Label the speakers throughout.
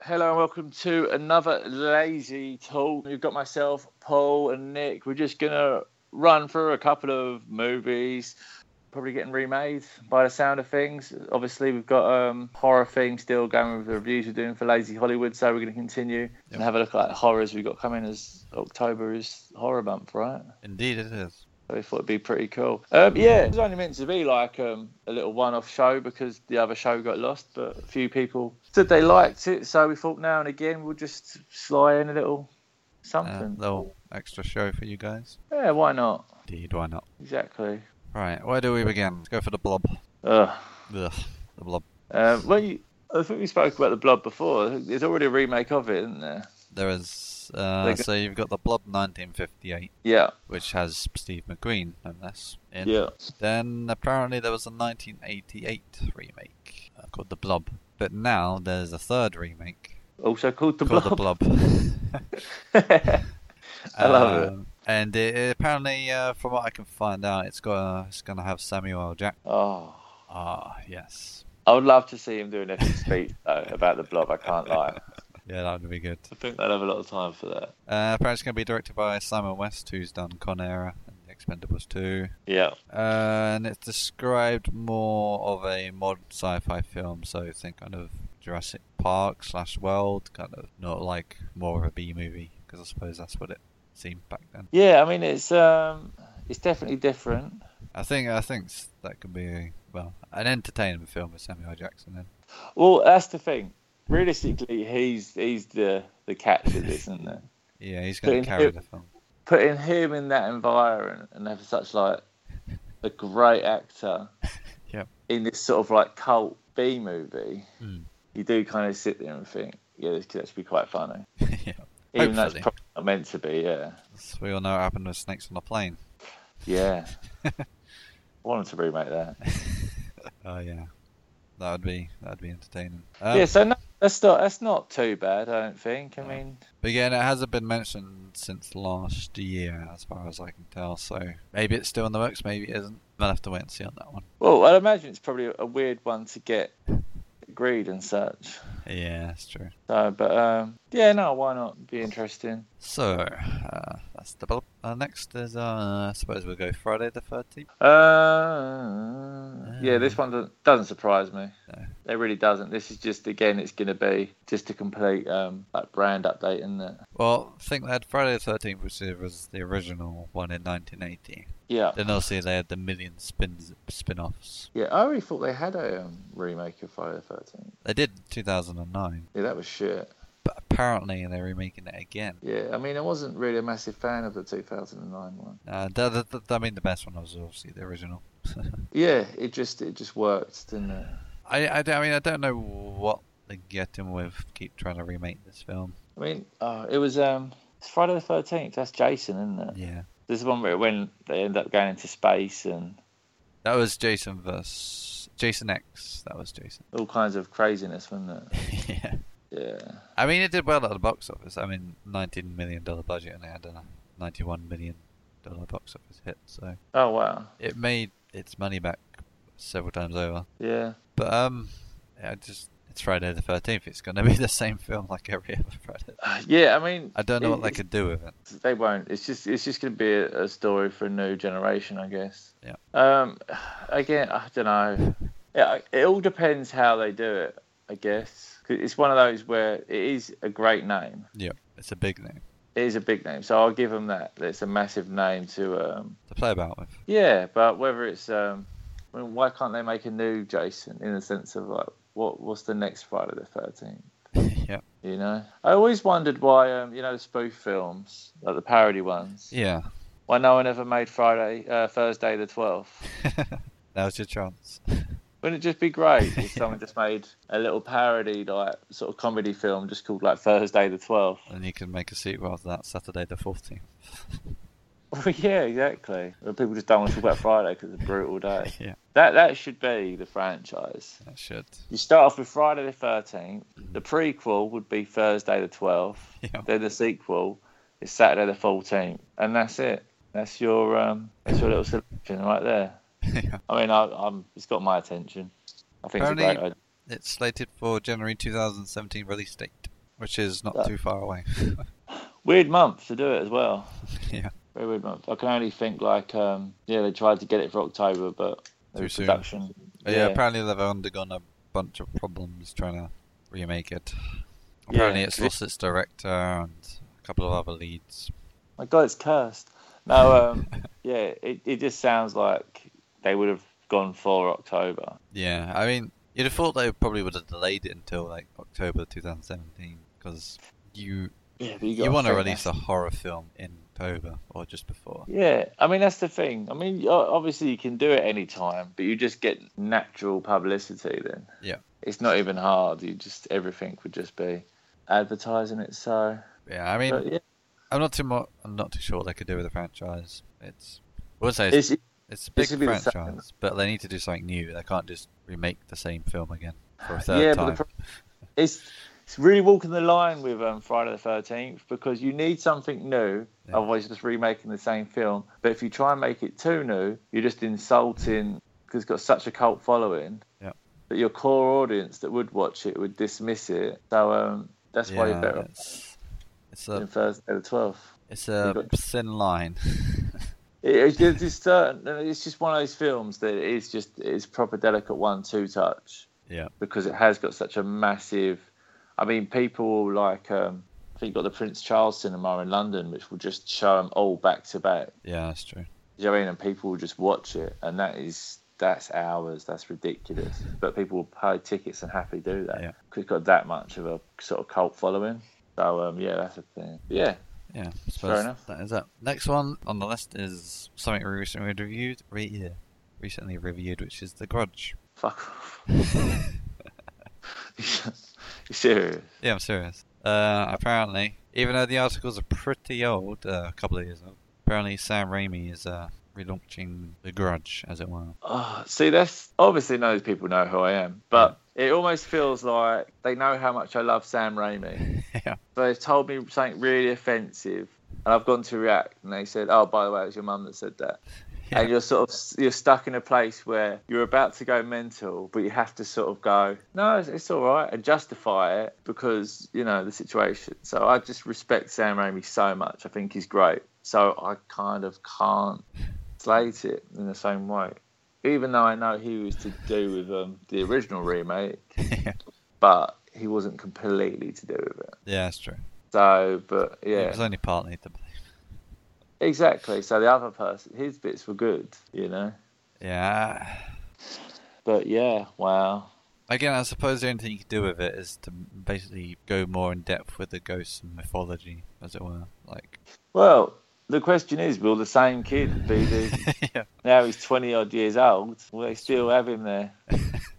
Speaker 1: Hello and welcome to another Lazy Talk. We've got myself, Paul, and Nick. We're just going to run through a couple of movies, probably getting remade by the sound of things. Obviously, we've got um, horror theme still going with the reviews we're doing for Lazy Hollywood, so we're going to continue and have a look at horrors we've got coming as October is horror month, right?
Speaker 2: Indeed, it is.
Speaker 1: I thought it'd be pretty cool. Um, yeah, it was only meant to be like um, a little one-off show because the other show got lost, but a few people said they liked it, so we thought now and again we'll just slide in a little
Speaker 2: A
Speaker 1: something.
Speaker 2: little extra show for you guys.
Speaker 1: yeah, why not?
Speaker 2: Indeed, why not?
Speaker 1: Exactly.
Speaker 2: Right, where do we begin? Let's go for the blob.
Speaker 1: Ugh.
Speaker 2: Ugh, the blob.
Speaker 1: Um, well, you, I think we spoke about the Blood before. There's already a remake of it, isn't there?
Speaker 2: There is. Uh,
Speaker 1: Like a-
Speaker 2: so you've got the blob 1958,
Speaker 1: Yeah,
Speaker 2: which has Steve McQueen, no less. In.
Speaker 1: yeah.
Speaker 2: Then apparently there was a 1988 remake uh, called The Blob. But now there's a third remake
Speaker 1: Also called the
Speaker 2: called
Speaker 1: Blob.
Speaker 2: The Blob.
Speaker 1: I love it.
Speaker 2: Um, And it, it apparently, uh, from what I can find out, it's got uh, it's going to have Samuel L. Jack.
Speaker 1: oh,
Speaker 2: Ah, yes.
Speaker 1: I would love to see him doing a speech though about the Blob. I can't lie.
Speaker 2: Yeah, that would be good.
Speaker 1: I think they'd have a lot of time for that.
Speaker 2: Uh, apparently, it's going to be directed by Simon West, who's done Con Air and The Expendables 2.
Speaker 1: Yeah.
Speaker 2: Uh, and it's described more of a modern sci-fi film, so think kind of Jurassic Park slash world, kind of not like more of a B movie, because I suppose that's what it seemed back then.
Speaker 1: Yeah, I mean it's um, it's definitely different.
Speaker 2: I think I think s- that could be well an entertainment film with Samuel L. Jackson. Then.
Speaker 1: Well, that's the thing. Realistically, he's he's the the catch of this, isn't it?
Speaker 2: Yeah, he's going
Speaker 1: in
Speaker 2: to carry
Speaker 1: him-
Speaker 2: the film.
Speaker 1: Putting him in that environment and have such like a great actor
Speaker 2: Yep.
Speaker 1: in this sort of like cult B movie,
Speaker 2: Mm.
Speaker 1: you do kind of sit there and think, yeah, this could actually be quite funny,
Speaker 2: yeah.
Speaker 1: even though it's
Speaker 2: Hopefully.
Speaker 1: probably not meant to be. Yeah,
Speaker 2: So we all know what happened with Snakes on a Plane.
Speaker 1: yeah. Wanted to remake that.
Speaker 2: Oh yeah, that would be that would be entertaining.
Speaker 1: yeah,
Speaker 2: Um,
Speaker 1: so no, that's not that's not too bad, I don't think. I
Speaker 2: No.
Speaker 1: mean,
Speaker 2: But again, it hasn't been mentioned since last year, as far as I can tell. So maybe it's still in the works, maybe it isn't. I'll have to wait and see on that one.
Speaker 1: well, I'd imagine it's probably a weird one to get agreed and such.
Speaker 2: Yeah, that's true.
Speaker 1: So, but um, yeah, no, why not? Be interesting.
Speaker 2: So uh, that's the bulb. Uh, next is uh, I suppose we'll go Friday the thirteenth.
Speaker 1: Uh, yeah, this one doesn't, doesn't surprise me.
Speaker 2: No.
Speaker 1: It really doesn't. This is just again, it's going to be just a complete um, like brand update, isn't it?
Speaker 2: Well, I think they had Friday the thirteenth, which was the original one in nineteen eighty.
Speaker 1: Yeah,
Speaker 2: Then obviously they had the million spins spin-offs.
Speaker 1: yeah. I already thought they had a um, remake of Friday the Thirteenth.
Speaker 2: They did in two thousand and nine.
Speaker 1: Yeah, that was shit.
Speaker 2: But apparently they're remaking it again.
Speaker 1: Yeah, I mean, I wasn't really a massive fan of the 2009 one.
Speaker 2: Uh, th th th- I mean, the best one was obviously the original.
Speaker 1: Yeah, it just it just worked, didn't it?
Speaker 2: I, I, d- I mean, I don't know what they're getting with keep trying to remake this film.
Speaker 1: I mean, uh, it was um, it's Friday the Thirteenth. That's Jason, isn't it?
Speaker 2: Yeah.
Speaker 1: This is one where when they end up going into space and
Speaker 2: That was Jason versus Jason X. That was Jason.
Speaker 1: all kinds of craziness, wasn't it?
Speaker 2: yeah.
Speaker 1: Yeah.
Speaker 2: I mean, it did well at the box office. I mean, $19 million budget and it had a $91 million box office hit. So
Speaker 1: Oh wow.
Speaker 2: it made its money back several times over.
Speaker 1: Yeah.
Speaker 2: But, um, I just. It's Friday the 13th. It's going to be the same film like every other Friday.
Speaker 1: Yeah. I mean,
Speaker 2: I don't know what they
Speaker 1: It-
Speaker 2: could do with it.
Speaker 1: they won't. It's just it's just going to be a, a story for a new generation, I guess.
Speaker 2: Yeah.
Speaker 1: Um. Again, I don't know. Yeah. It all depends how they do it, I guess. 'Cause It's one of those where it is a great name.
Speaker 2: Yeah, it's a big name
Speaker 1: It is a big name, so I'll give them that. It's a massive name to. Um,
Speaker 2: to play about with.
Speaker 1: yeah, but whether it's um, I mean, why can't they make a new Jason in the sense of like what what's the next Friday the Thirteenth?
Speaker 2: yeah,
Speaker 1: You know, I always wondered why, um, you know, the spoof films, like the parody ones,
Speaker 2: yeah.
Speaker 1: why no one ever made Friday, uh, Thursday the 12th.
Speaker 2: Now's your chance.
Speaker 1: Wouldn't it just be great if someone just made a little parody, like, sort of comedy film just called, like, Thursday the 12th?
Speaker 2: And you can make a sequel of that Saturday the 14th.
Speaker 1: Well, yeah, exactly. Where people just don't want to talk about Friday because it's a brutal day.
Speaker 2: yeah,
Speaker 1: That, that should be the franchise.
Speaker 2: that should.
Speaker 1: You start off with Friday the 13th, the prequel would be Thursday the 12th.
Speaker 2: Yeah.
Speaker 1: Then the sequel is Saturday the fourteenth, and that's it. That's your um, that's your little selection right there.
Speaker 2: yeah.
Speaker 1: I mean, I, I'm it's got my attention. I think it's a
Speaker 2: Apparently-
Speaker 1: great idea.
Speaker 2: It's slated for January 2017 release date. which is not
Speaker 1: Yeah.
Speaker 2: too far away.
Speaker 1: Weird month to do it as well.
Speaker 2: Yeah.
Speaker 1: Very weird month. I can only think like, um, yeah, they tried to get it for October, but the
Speaker 2: Too soon.
Speaker 1: production.
Speaker 2: But yeah. apparently they've undergone a bunch of problems trying to remake it.
Speaker 1: Yeah,
Speaker 2: Apparently it's
Speaker 1: 'cause it-
Speaker 2: lost its director and a couple of other leads.
Speaker 1: My God, it's cursed. No, um, yeah, it, it just sounds like they would have gone for October.
Speaker 2: Yeah, I mean, you'd have thought they probably would have delayed it until like October 2017 because you
Speaker 1: Yeah, but
Speaker 2: you,
Speaker 1: gotta
Speaker 2: want to
Speaker 1: think
Speaker 2: release
Speaker 1: that's-
Speaker 2: a horror film in October or just before.
Speaker 1: Yeah, I mean that's the thing. I mean, o- obviously you can do it any time, but you just get natural publicity then.
Speaker 2: Yeah.
Speaker 1: it's not even hard. You just everything would just be advertising it. So,
Speaker 2: Yeah, I mean,
Speaker 1: but yeah,
Speaker 2: I'm not too mo- I'm not too sure what they could do with the franchise. It's I would say it's,
Speaker 1: it's,
Speaker 2: it's a big
Speaker 1: this would be the
Speaker 2: franchise,
Speaker 1: second.
Speaker 2: but they need to do something new. They can't just remake the same film again for a third
Speaker 1: yeah,
Speaker 2: time.
Speaker 1: but the, pro- it's it's really walking the line with um, Friday the Thirteenth because you need something new.
Speaker 2: Yeah.
Speaker 1: Otherwise, you're just remaking the same film. But if you try and make it too new, you're just insulting because it's got such a cult following
Speaker 2: Yeah.
Speaker 1: that your core audience that would watch it would dismiss it. So um, that's why you're
Speaker 2: Yeah,
Speaker 1: better off
Speaker 2: It's, it's
Speaker 1: doing
Speaker 2: a
Speaker 1: Thursday the Twelfth.
Speaker 2: it's a
Speaker 1: got-
Speaker 2: thin line.
Speaker 1: It, it's just it's certain. It's just one of those films that is just it's proper delicate one-two touch.
Speaker 2: yeah,
Speaker 1: because it has got such a massive. I mean, people like um, I think you've got the Prince Charles Cinema in London, which will just show them all back to back.
Speaker 2: yeah, that's true.
Speaker 1: Do you know what I mean? And people will just watch it, and that is that's hours. That's ridiculous. But people will pay tickets and happily do that.
Speaker 2: Yeah.
Speaker 1: 'cause it's got that much of a sort of cult following. So um, yeah, that's a thing. Yeah,
Speaker 2: Yeah, I suppose
Speaker 1: enough.
Speaker 2: that is that. Next one on the list is something we recently reviewed. Re- yeah, recently reviewed, which is The Grudge.
Speaker 1: fuck off. you serious?
Speaker 2: Yeah, I'm serious. Uh, apparently, even though the articles are pretty old, uh, a couple of years old, apparently Sam Raimi is uh, relaunching The Grudge, as it were.
Speaker 1: Oh, see, that's obviously those people know who I am, but it almost feels like they know how much I love Sam Raimi.
Speaker 2: yeah,
Speaker 1: So they've told me something really offensive, and I've gone to react, and they said, "Oh, by the way, it was your mum that said that."
Speaker 2: Yeah.
Speaker 1: And you're sort of you're stuck in a place where you're about to go mental, but you have to sort of go, "No, it's, it's all right," and justify it because you know the situation. So I just respect Sam Raimi so much. I think he's great. So I kind of can't slate it in the same way even though I know he was to do with um, the original remake,
Speaker 2: yeah,
Speaker 1: but he wasn't completely to do with it.
Speaker 2: that's true.
Speaker 1: So, but
Speaker 2: It
Speaker 1: yeah,
Speaker 2: was only partly to blame.
Speaker 1: exactly. So the other person, his bits were good, you know.
Speaker 2: Yeah,
Speaker 1: But yeah, wow.
Speaker 2: Again, I suppose the only thing you can do with it is to basically go more in depth with the ghosts and mythology, as it were. Like,
Speaker 1: Well, the question is, will the same kid be the
Speaker 2: yeah.
Speaker 1: now he's twenty odd years old? Will they still have him there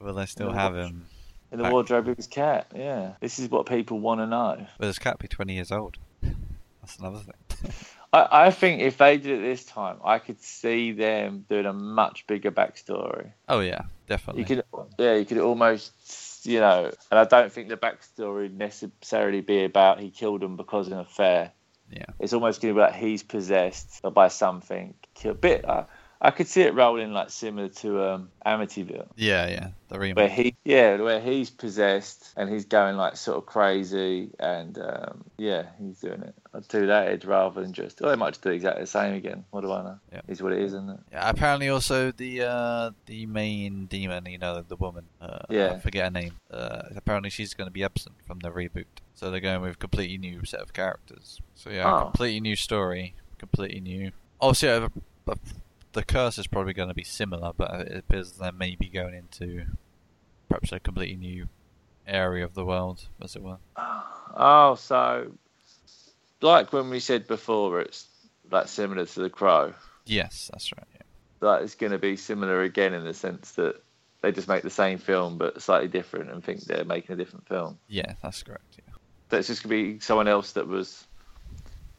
Speaker 2: will they still
Speaker 1: Yeah,
Speaker 2: have
Speaker 1: watch.
Speaker 2: him?
Speaker 1: in the
Speaker 2: Back.
Speaker 1: wardrobe of his cat? Yeah, this is what people want to know.
Speaker 2: Will this cat be 20 years old? That's another thing.
Speaker 1: I, I think if they did it this time, I could see them doing a much bigger backstory.
Speaker 2: oh, yeah, definitely.
Speaker 1: You could, yeah, you could almost, you know, and I don't think the backstory necessarily be about he killed them because of an affair.
Speaker 2: Yeah.
Speaker 1: it's almost going to be like he's possessed by something. A bit, I, I could see it rolling like similar to um, Amityville,
Speaker 2: Yeah, yeah, the
Speaker 1: where
Speaker 2: remake.
Speaker 1: he, yeah, where he's possessed and he's going like sort of crazy, and um, yeah, he's doing it. I'd do that Ed, rather than just, oh, they might just do exactly the same again. What do I know?
Speaker 2: Yeah.
Speaker 1: Is what it is, isn't it?
Speaker 2: Yeah, apparently also the uh, the main demon, you know, the woman. Uh,
Speaker 1: Yeah.
Speaker 2: I forget her name. Uh, apparently she's going to be absent from the reboot, so they're going with a completely new set of characters. So yeah,
Speaker 1: Oh.
Speaker 2: completely new story, completely new. Obviously, uh, the- the curse is probably going to be similar, but it appears they may be going into perhaps a completely new area of the world, as it were.
Speaker 1: Oh, so like when we said before, it's like similar to the crow.
Speaker 2: Yes, that's right. Yeah.
Speaker 1: Like it's going to be similar again in the sense that they just make the same film but slightly different and think they're making a different film.
Speaker 2: Yeah, that's correct. Yeah.
Speaker 1: That's just going to be someone else that was.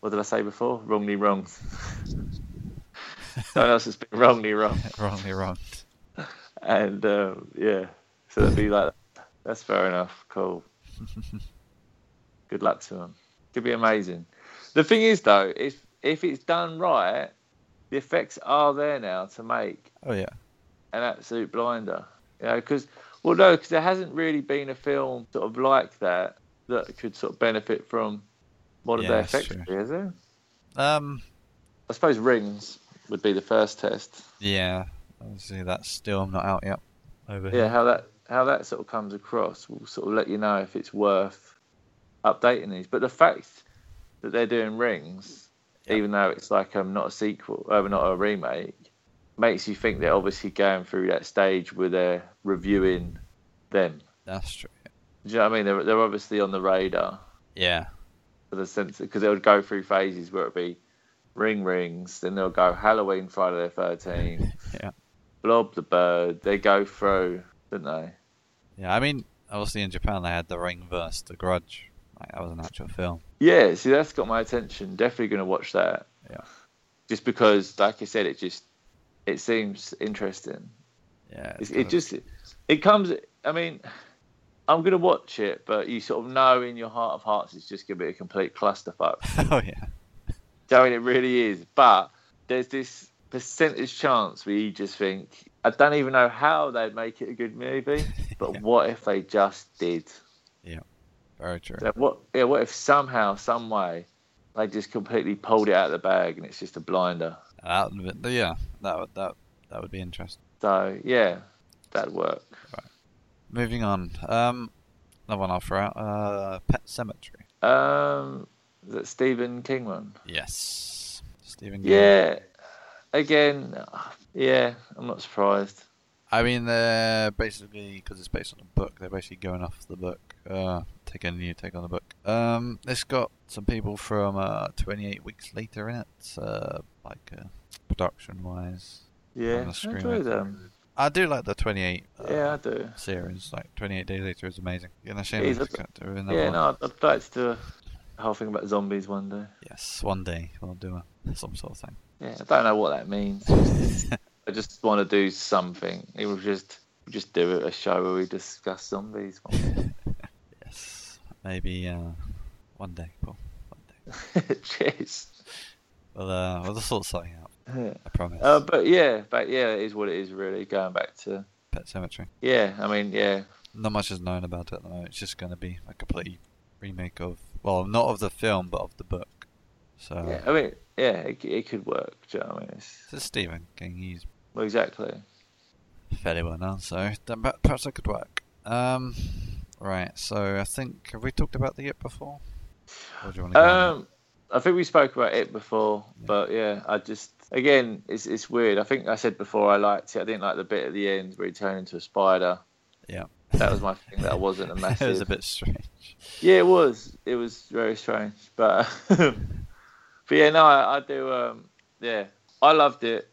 Speaker 1: What did I say before? Wrongly wrong. someone else has been wrongly wrong,
Speaker 2: Wrongly wrong.
Speaker 1: and um, yeah, so that'd be like that's fair enough. Cool. good luck to them. Could be amazing. The thing is, though, if if it's done right, the effects are there now to make
Speaker 2: Oh yeah.
Speaker 1: an absolute blinder. You know, because well, no, because there hasn't really been a film sort of like that that could sort of benefit from modern
Speaker 2: Yeah,
Speaker 1: day
Speaker 2: that's
Speaker 1: effects, really, is there?
Speaker 2: Um,
Speaker 1: I suppose rings would be the first test.
Speaker 2: yeah. Obviously, that's still not out yet. Over
Speaker 1: Yeah,
Speaker 2: here.
Speaker 1: how that how that sort of comes across will sort of let you know if it's worth updating these. But the fact that they're doing rings,
Speaker 2: Yeah.
Speaker 1: even though it's like um not a sequel, uh, not a remake, makes you think they're obviously going through that stage where they're reviewing them.
Speaker 2: That's true.
Speaker 1: Do you know what I mean? They're they're obviously on the radar.
Speaker 2: Yeah.
Speaker 1: for the sense because it would go through phases where it'd be ring rings, then they'll go Halloween, Friday the Thirteenth,
Speaker 2: Yeah.
Speaker 1: Blob the Bird. They go through, don't they?
Speaker 2: Yeah. I mean, obviously in Japan they had The Ring versus The Grudge. Like, that was an actual film.
Speaker 1: Yeah, see that's got my attention. Definitely going to watch that.
Speaker 2: Yeah.
Speaker 1: Just because, like you said, it just it seems interesting.
Speaker 2: Yeah.
Speaker 1: It,
Speaker 2: kind
Speaker 1: it
Speaker 2: of-
Speaker 1: just it comes. I mean, I'm going to watch it, but you sort of know in your heart of hearts it's just going to be a complete clusterfuck.
Speaker 2: oh yeah.
Speaker 1: I mean, it really is. But there's this percentage chance where you just think, I don't even know how they'd make it a good movie, but what if they just did?
Speaker 2: Very true.
Speaker 1: Like, what, yeah, what if somehow, some way, they just completely pulled it out of the bag and it's just a blinder?
Speaker 2: Uh, That would be- yeah. That would that that would be interesting.
Speaker 1: So, yeah, that'd work.
Speaker 2: Moving on. Um, another one I'll throw out. Uh, Pet Cemetery.
Speaker 1: Um, is that Stephen King one?
Speaker 2: Yes. Stephen. King.
Speaker 1: Yeah. Again, yeah, I'm not surprised.
Speaker 2: I mean, they're basically because it's based on a book. They're basically going off the book, uh, taking a new take on the book. Um, it's got some people from uh, 28 weeks later in it, uh, like uh, production-wise.
Speaker 1: Yeah,
Speaker 2: gonna
Speaker 1: I
Speaker 2: scream
Speaker 1: enjoy
Speaker 2: it.
Speaker 1: them.
Speaker 2: I do like the 28 uh,
Speaker 1: Yeah, I do.
Speaker 2: series. Like 28 Days Later is amazing. And a shame
Speaker 1: It is,
Speaker 2: they
Speaker 1: isn't
Speaker 2: can't do another
Speaker 1: Yeah,
Speaker 2: one.
Speaker 1: no, I'd, I'd like to do a whole thing about zombies one day.
Speaker 2: Yes, one day we'll do a, some sort of
Speaker 1: Yeah, I don't know what that means.
Speaker 2: thing.
Speaker 1: I just want to do something. It was just just do a show where we discuss zombies.
Speaker 2: yes, maybe uh, one day. Cool. One day.
Speaker 1: Cheers.
Speaker 2: Well, uh, we'll just sort something out.
Speaker 1: Yeah.
Speaker 2: I promise.
Speaker 1: Uh, but yeah, but yeah, it is what it is. Really, going back to
Speaker 2: Pet Cemetery.
Speaker 1: yeah. I mean, yeah,
Speaker 2: Not much is known about it at the moment. It's just going to be a complete remake of, well, not of the film, but of the book. So,
Speaker 1: yeah. I mean, yeah, it, it could work. Do you know what I mean? It's,
Speaker 2: this is Stephen King. He's
Speaker 1: well, exactly.
Speaker 2: fairly well known, so that- per- perhaps that could work. Um, right. So I think have we talked about the it before? Or do you want to?
Speaker 1: Um, I think we spoke about it before, but yeah, I just again, it's it's weird. I think I said before I liked it. I didn't like the bit at the end where he turned into a spider.
Speaker 2: Yeah.
Speaker 1: that was my thing. That wasn't a
Speaker 2: it
Speaker 1: massive.
Speaker 2: was a bit strange.
Speaker 1: Yeah, it was. It was very strange, but but yeah, no, I, I do. Um, yeah, I loved it.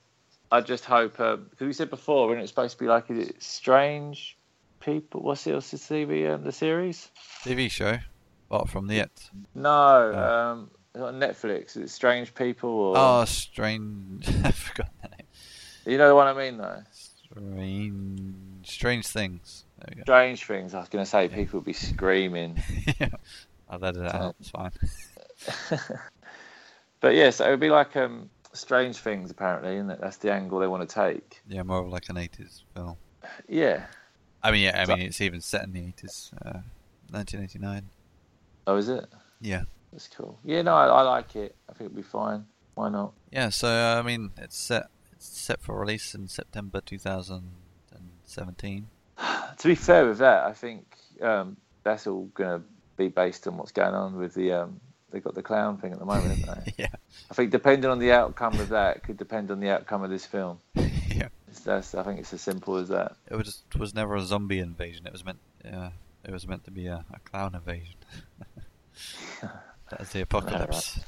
Speaker 1: I just hope because we said before when it's supposed to be like is it strange people. What's it? What's the TV? Um, the series?
Speaker 2: TV show. What from the it?
Speaker 1: No,
Speaker 2: Oh.
Speaker 1: um, it's on Netflix. Is it Strange People or
Speaker 2: Oh, strange. I forgot the name.
Speaker 1: you know what I mean though.
Speaker 2: Strange. Strange things. There we go.
Speaker 1: Strange things. I was going to say people would be screaming.
Speaker 2: yeah. Oh, I'll edit it out. It's fine.
Speaker 1: But yeah, so it would be like um, Strange Things apparently, isn't it? That's the angle they want to take.
Speaker 2: Yeah, more of like an 80s film.
Speaker 1: Yeah.
Speaker 2: I mean, yeah, I
Speaker 1: So-
Speaker 2: mean, it's even set in the eighties, uh, nineteen eighty nine.
Speaker 1: Oh, is it?
Speaker 2: Yeah,
Speaker 1: That's cool. Yeah, no, I, I like it. I think it'll be fine. Why not?
Speaker 2: yeah. So uh, I mean, it's set, it's set for release in September two thousand and seventeen.
Speaker 1: To be fair with that, I think um, that's all going to be based on what's going on with the. Um, they've got the clown thing at the moment, haven't they?
Speaker 2: Yeah,
Speaker 1: I think depending on the outcome of that could depend on the outcome of this film.
Speaker 2: yeah.
Speaker 1: It's, that's, I think it's as simple as that.
Speaker 2: It was just, was never a zombie invasion. It was meant, uh, it was meant to be a, a clown invasion. That's the apocalypse.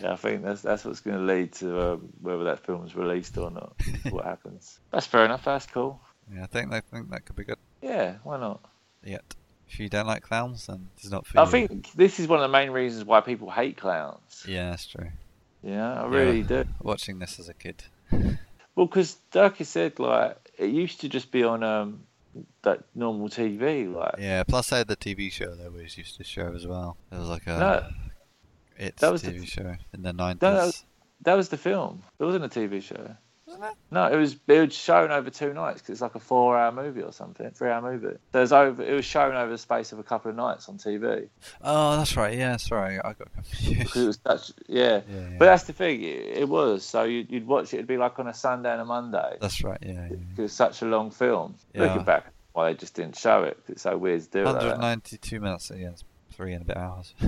Speaker 1: Yeah, I think that's that's what's going to lead to uh, whether that film's released or not. what happens? That's fair enough. That's cool.
Speaker 2: Yeah, I think I think that could be good.
Speaker 1: Yeah, why not?
Speaker 2: Yet, if you don't like clowns, then it's not for
Speaker 1: I
Speaker 2: you.
Speaker 1: think this is one of the main reasons why people hate clowns.
Speaker 2: Yeah, that's true.
Speaker 1: Yeah, I
Speaker 2: Yeah.
Speaker 1: really do.
Speaker 2: Watching this as a kid.
Speaker 1: Well, because like you said, like it used to just be on um that normal TV, like
Speaker 2: Yeah. Plus, I had the TV show they always used to show as well. It was like a.
Speaker 1: no,
Speaker 2: It's
Speaker 1: That was the
Speaker 2: TV
Speaker 1: t-
Speaker 2: show in the nineties.
Speaker 1: that was- that was the film. There wasn't a TV show.
Speaker 2: Wasn't there?
Speaker 1: No, it was it was shown over two nights because it's like a four-hour movie or something, three-hour movie. There's over it was shown over the space of a couple of nights on TV
Speaker 2: Oh, that's right. Yeah, sorry, I got confused.
Speaker 1: because it was such yeah.
Speaker 2: Yeah, yeah.
Speaker 1: But that's the thing, it, it was so you'd, you'd watch it. It'd be like on a Sunday and a Monday.
Speaker 2: That's right. Yeah, yeah.
Speaker 1: It was such a long film.
Speaker 2: Yeah.
Speaker 1: Looking back, why they just didn't show it? 'cause It's so weird to do it like that.
Speaker 2: 192 minutes. So yeah, it's three and a bit hours.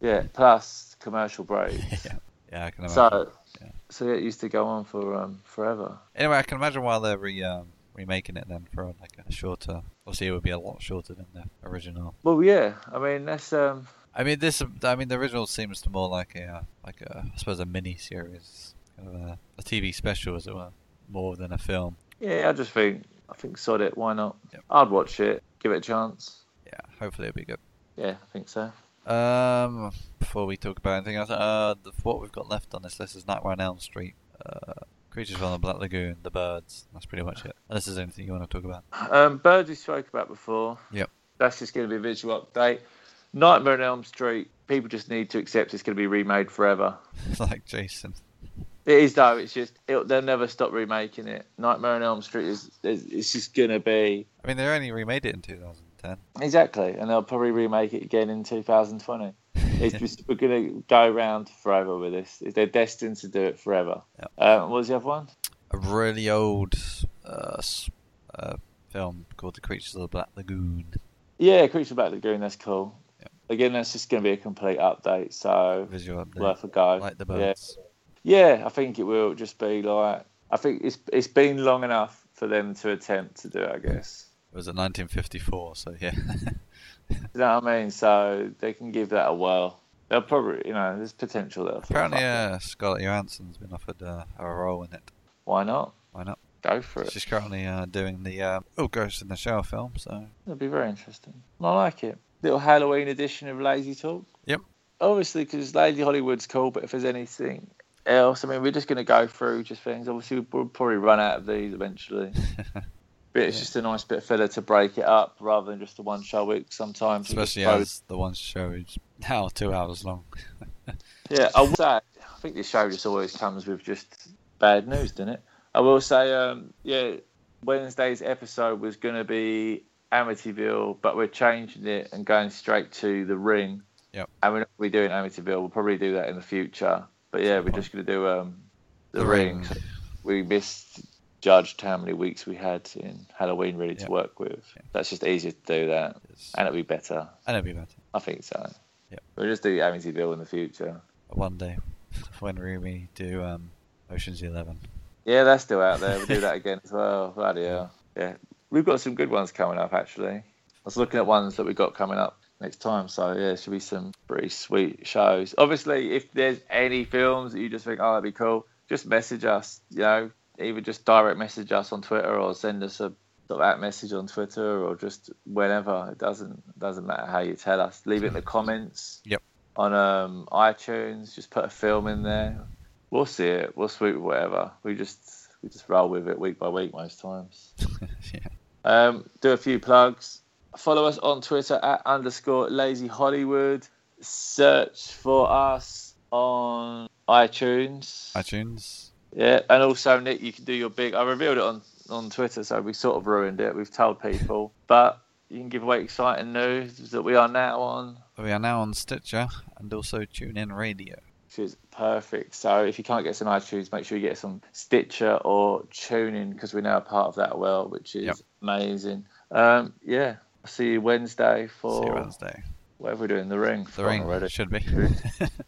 Speaker 1: Yeah, plus commercial break.
Speaker 2: yeah, yeah, I can imagine.
Speaker 1: so,
Speaker 2: Yeah.
Speaker 1: so yeah, it used to go on for um, forever.
Speaker 2: Anyway, I can imagine why they're re, um, remaking it then for like a shorter. Obviously, it would be a lot shorter than the original.
Speaker 1: Well, yeah, I mean that's um,
Speaker 2: I mean, this. I mean, the original seems to more like a uh, like a I suppose a mini series, kind of a, a TV special, as it were, more than a film.
Speaker 1: yeah. I just think I think sod it. Why not?
Speaker 2: Yep.
Speaker 1: I'd watch it. Give it a chance.
Speaker 2: Yeah, hopefully it'll be good.
Speaker 1: Yeah, I think so.
Speaker 2: Um, before we talk about anything else, uh, the, what we've got left on this list is Nightmare on Elm Street, uh, Creatures from the Black Lagoon, The Birds. That's pretty much it. Unless there's anything you want to talk about.
Speaker 1: Um, Birds we spoke about before.
Speaker 2: Yep.
Speaker 1: That's just going to be a visual update. Nightmare on Elm Street. People just need to accept it's going to be remade forever.
Speaker 2: like Jason.
Speaker 1: It is though. It's just it, they'll never stop remaking it. Nightmare on Elm Street is, is it's just going to be
Speaker 2: I mean, they only remade it in 2010.
Speaker 1: exactly, and they'll probably remake it again in 2020. It's just we're going to go round forever with this. They're destined to do it forever.
Speaker 2: Yep.
Speaker 1: Um, what was the other one?
Speaker 2: a really old uh, s- uh, film called The Creatures of the Black Lagoon.
Speaker 1: Yeah, Creature Back Lagoon. That's cool.
Speaker 2: Yep.
Speaker 1: Again, that's just going to be a complete update. So
Speaker 2: Visual update.
Speaker 1: worth a go.
Speaker 2: Like the
Speaker 1: Yeah.
Speaker 2: birds.
Speaker 1: Yeah, I think it will just be like I think it's it's been long enough for them to attempt to do it, I guess.
Speaker 2: It was at 1954, so yeah.
Speaker 1: You know what I mean? So they can give that a whirl. They'll probably you know, there's potential there.
Speaker 2: Apparently, uh, Scarlett Johansson's been offered uh, a role in it.
Speaker 1: Why not?
Speaker 2: Why not?
Speaker 1: Go for it.
Speaker 2: She's currently uh, doing the uh, Oh Ghost in the Shell film, so
Speaker 1: That'd be very interesting. I like it. Little Halloween edition of Lazy Talk.
Speaker 2: Yep.
Speaker 1: Obviously, because Lady Hollywood's cool, but if there's anything else, I mean, we're just going to go through just things. Obviously, we'll probably run out of these eventually. but it's
Speaker 2: Yeah.
Speaker 1: just a nice bit of filler to break it up rather than just a one show week sometimes. we just
Speaker 2: especially
Speaker 1: throw
Speaker 2: as the one show is now two hours long.
Speaker 1: Yeah, I will say, I think this show just always comes with just bad news, doesn't it? I will say, um, yeah, Wednesday's episode was going to be Amityville, but we're changing it and going straight to The Ring.
Speaker 2: Yep.
Speaker 1: And we're not going to be doing Amityville. We'll probably do that in the future. But yeah, we're just going to do um, The,
Speaker 2: The
Speaker 1: Ring.
Speaker 2: Ring.
Speaker 1: We misjudged how many weeks we had in Halloween really to
Speaker 2: Yeah.
Speaker 1: work with. That's just easier to do that,
Speaker 2: It's,
Speaker 1: and it'll be better.
Speaker 2: and it'll be better
Speaker 1: I think so.
Speaker 2: Yep.
Speaker 1: We'll just do Amityville in the future.
Speaker 2: one day when we do um, Ocean's Eleven.
Speaker 1: Yeah, that's still out there. We'll do that again as well. Bloody hell. Yeah. We've got some good ones coming up, actually. I was looking at ones that we've got coming up next time. So, yeah, should be some pretty sweet shows. Obviously, if there's any films that you just think, oh, that'd be cool, just message us, you know, either just direct message us on Twitter or send us a sort of at message on Twitter or just whenever. It doesn't doesn't matter how you tell us. Leave it in the comments.
Speaker 2: Yep.
Speaker 1: On um, iTunes, just put a film in there. We'll see it. We'll sweep it, whatever. We just we just roll with it week by week most times.
Speaker 2: yeah.
Speaker 1: Um, do a few plugs. Follow us on Twitter at underscore lazy Hollywood. Search for us on iTunes.
Speaker 2: iTunes.
Speaker 1: Yeah, and also Nick, you can do your big. I revealed it on on Twitter, so we sort of ruined it. We've told people, but you can give away exciting news that we are now on,
Speaker 2: We are now on Stitcher and also TuneIn Radio.
Speaker 1: which is perfect. So if you can't get us on iTunes, make sure you get us on Stitcher or TuneIn because we're now a part of that world, which is
Speaker 2: Yep.
Speaker 1: amazing. Um, yeah, I'll see you Wednesday
Speaker 2: See you
Speaker 1: for
Speaker 2: Wednesday.
Speaker 1: whatever we're doing. The ring,
Speaker 2: The ring
Speaker 1: already.
Speaker 2: should be.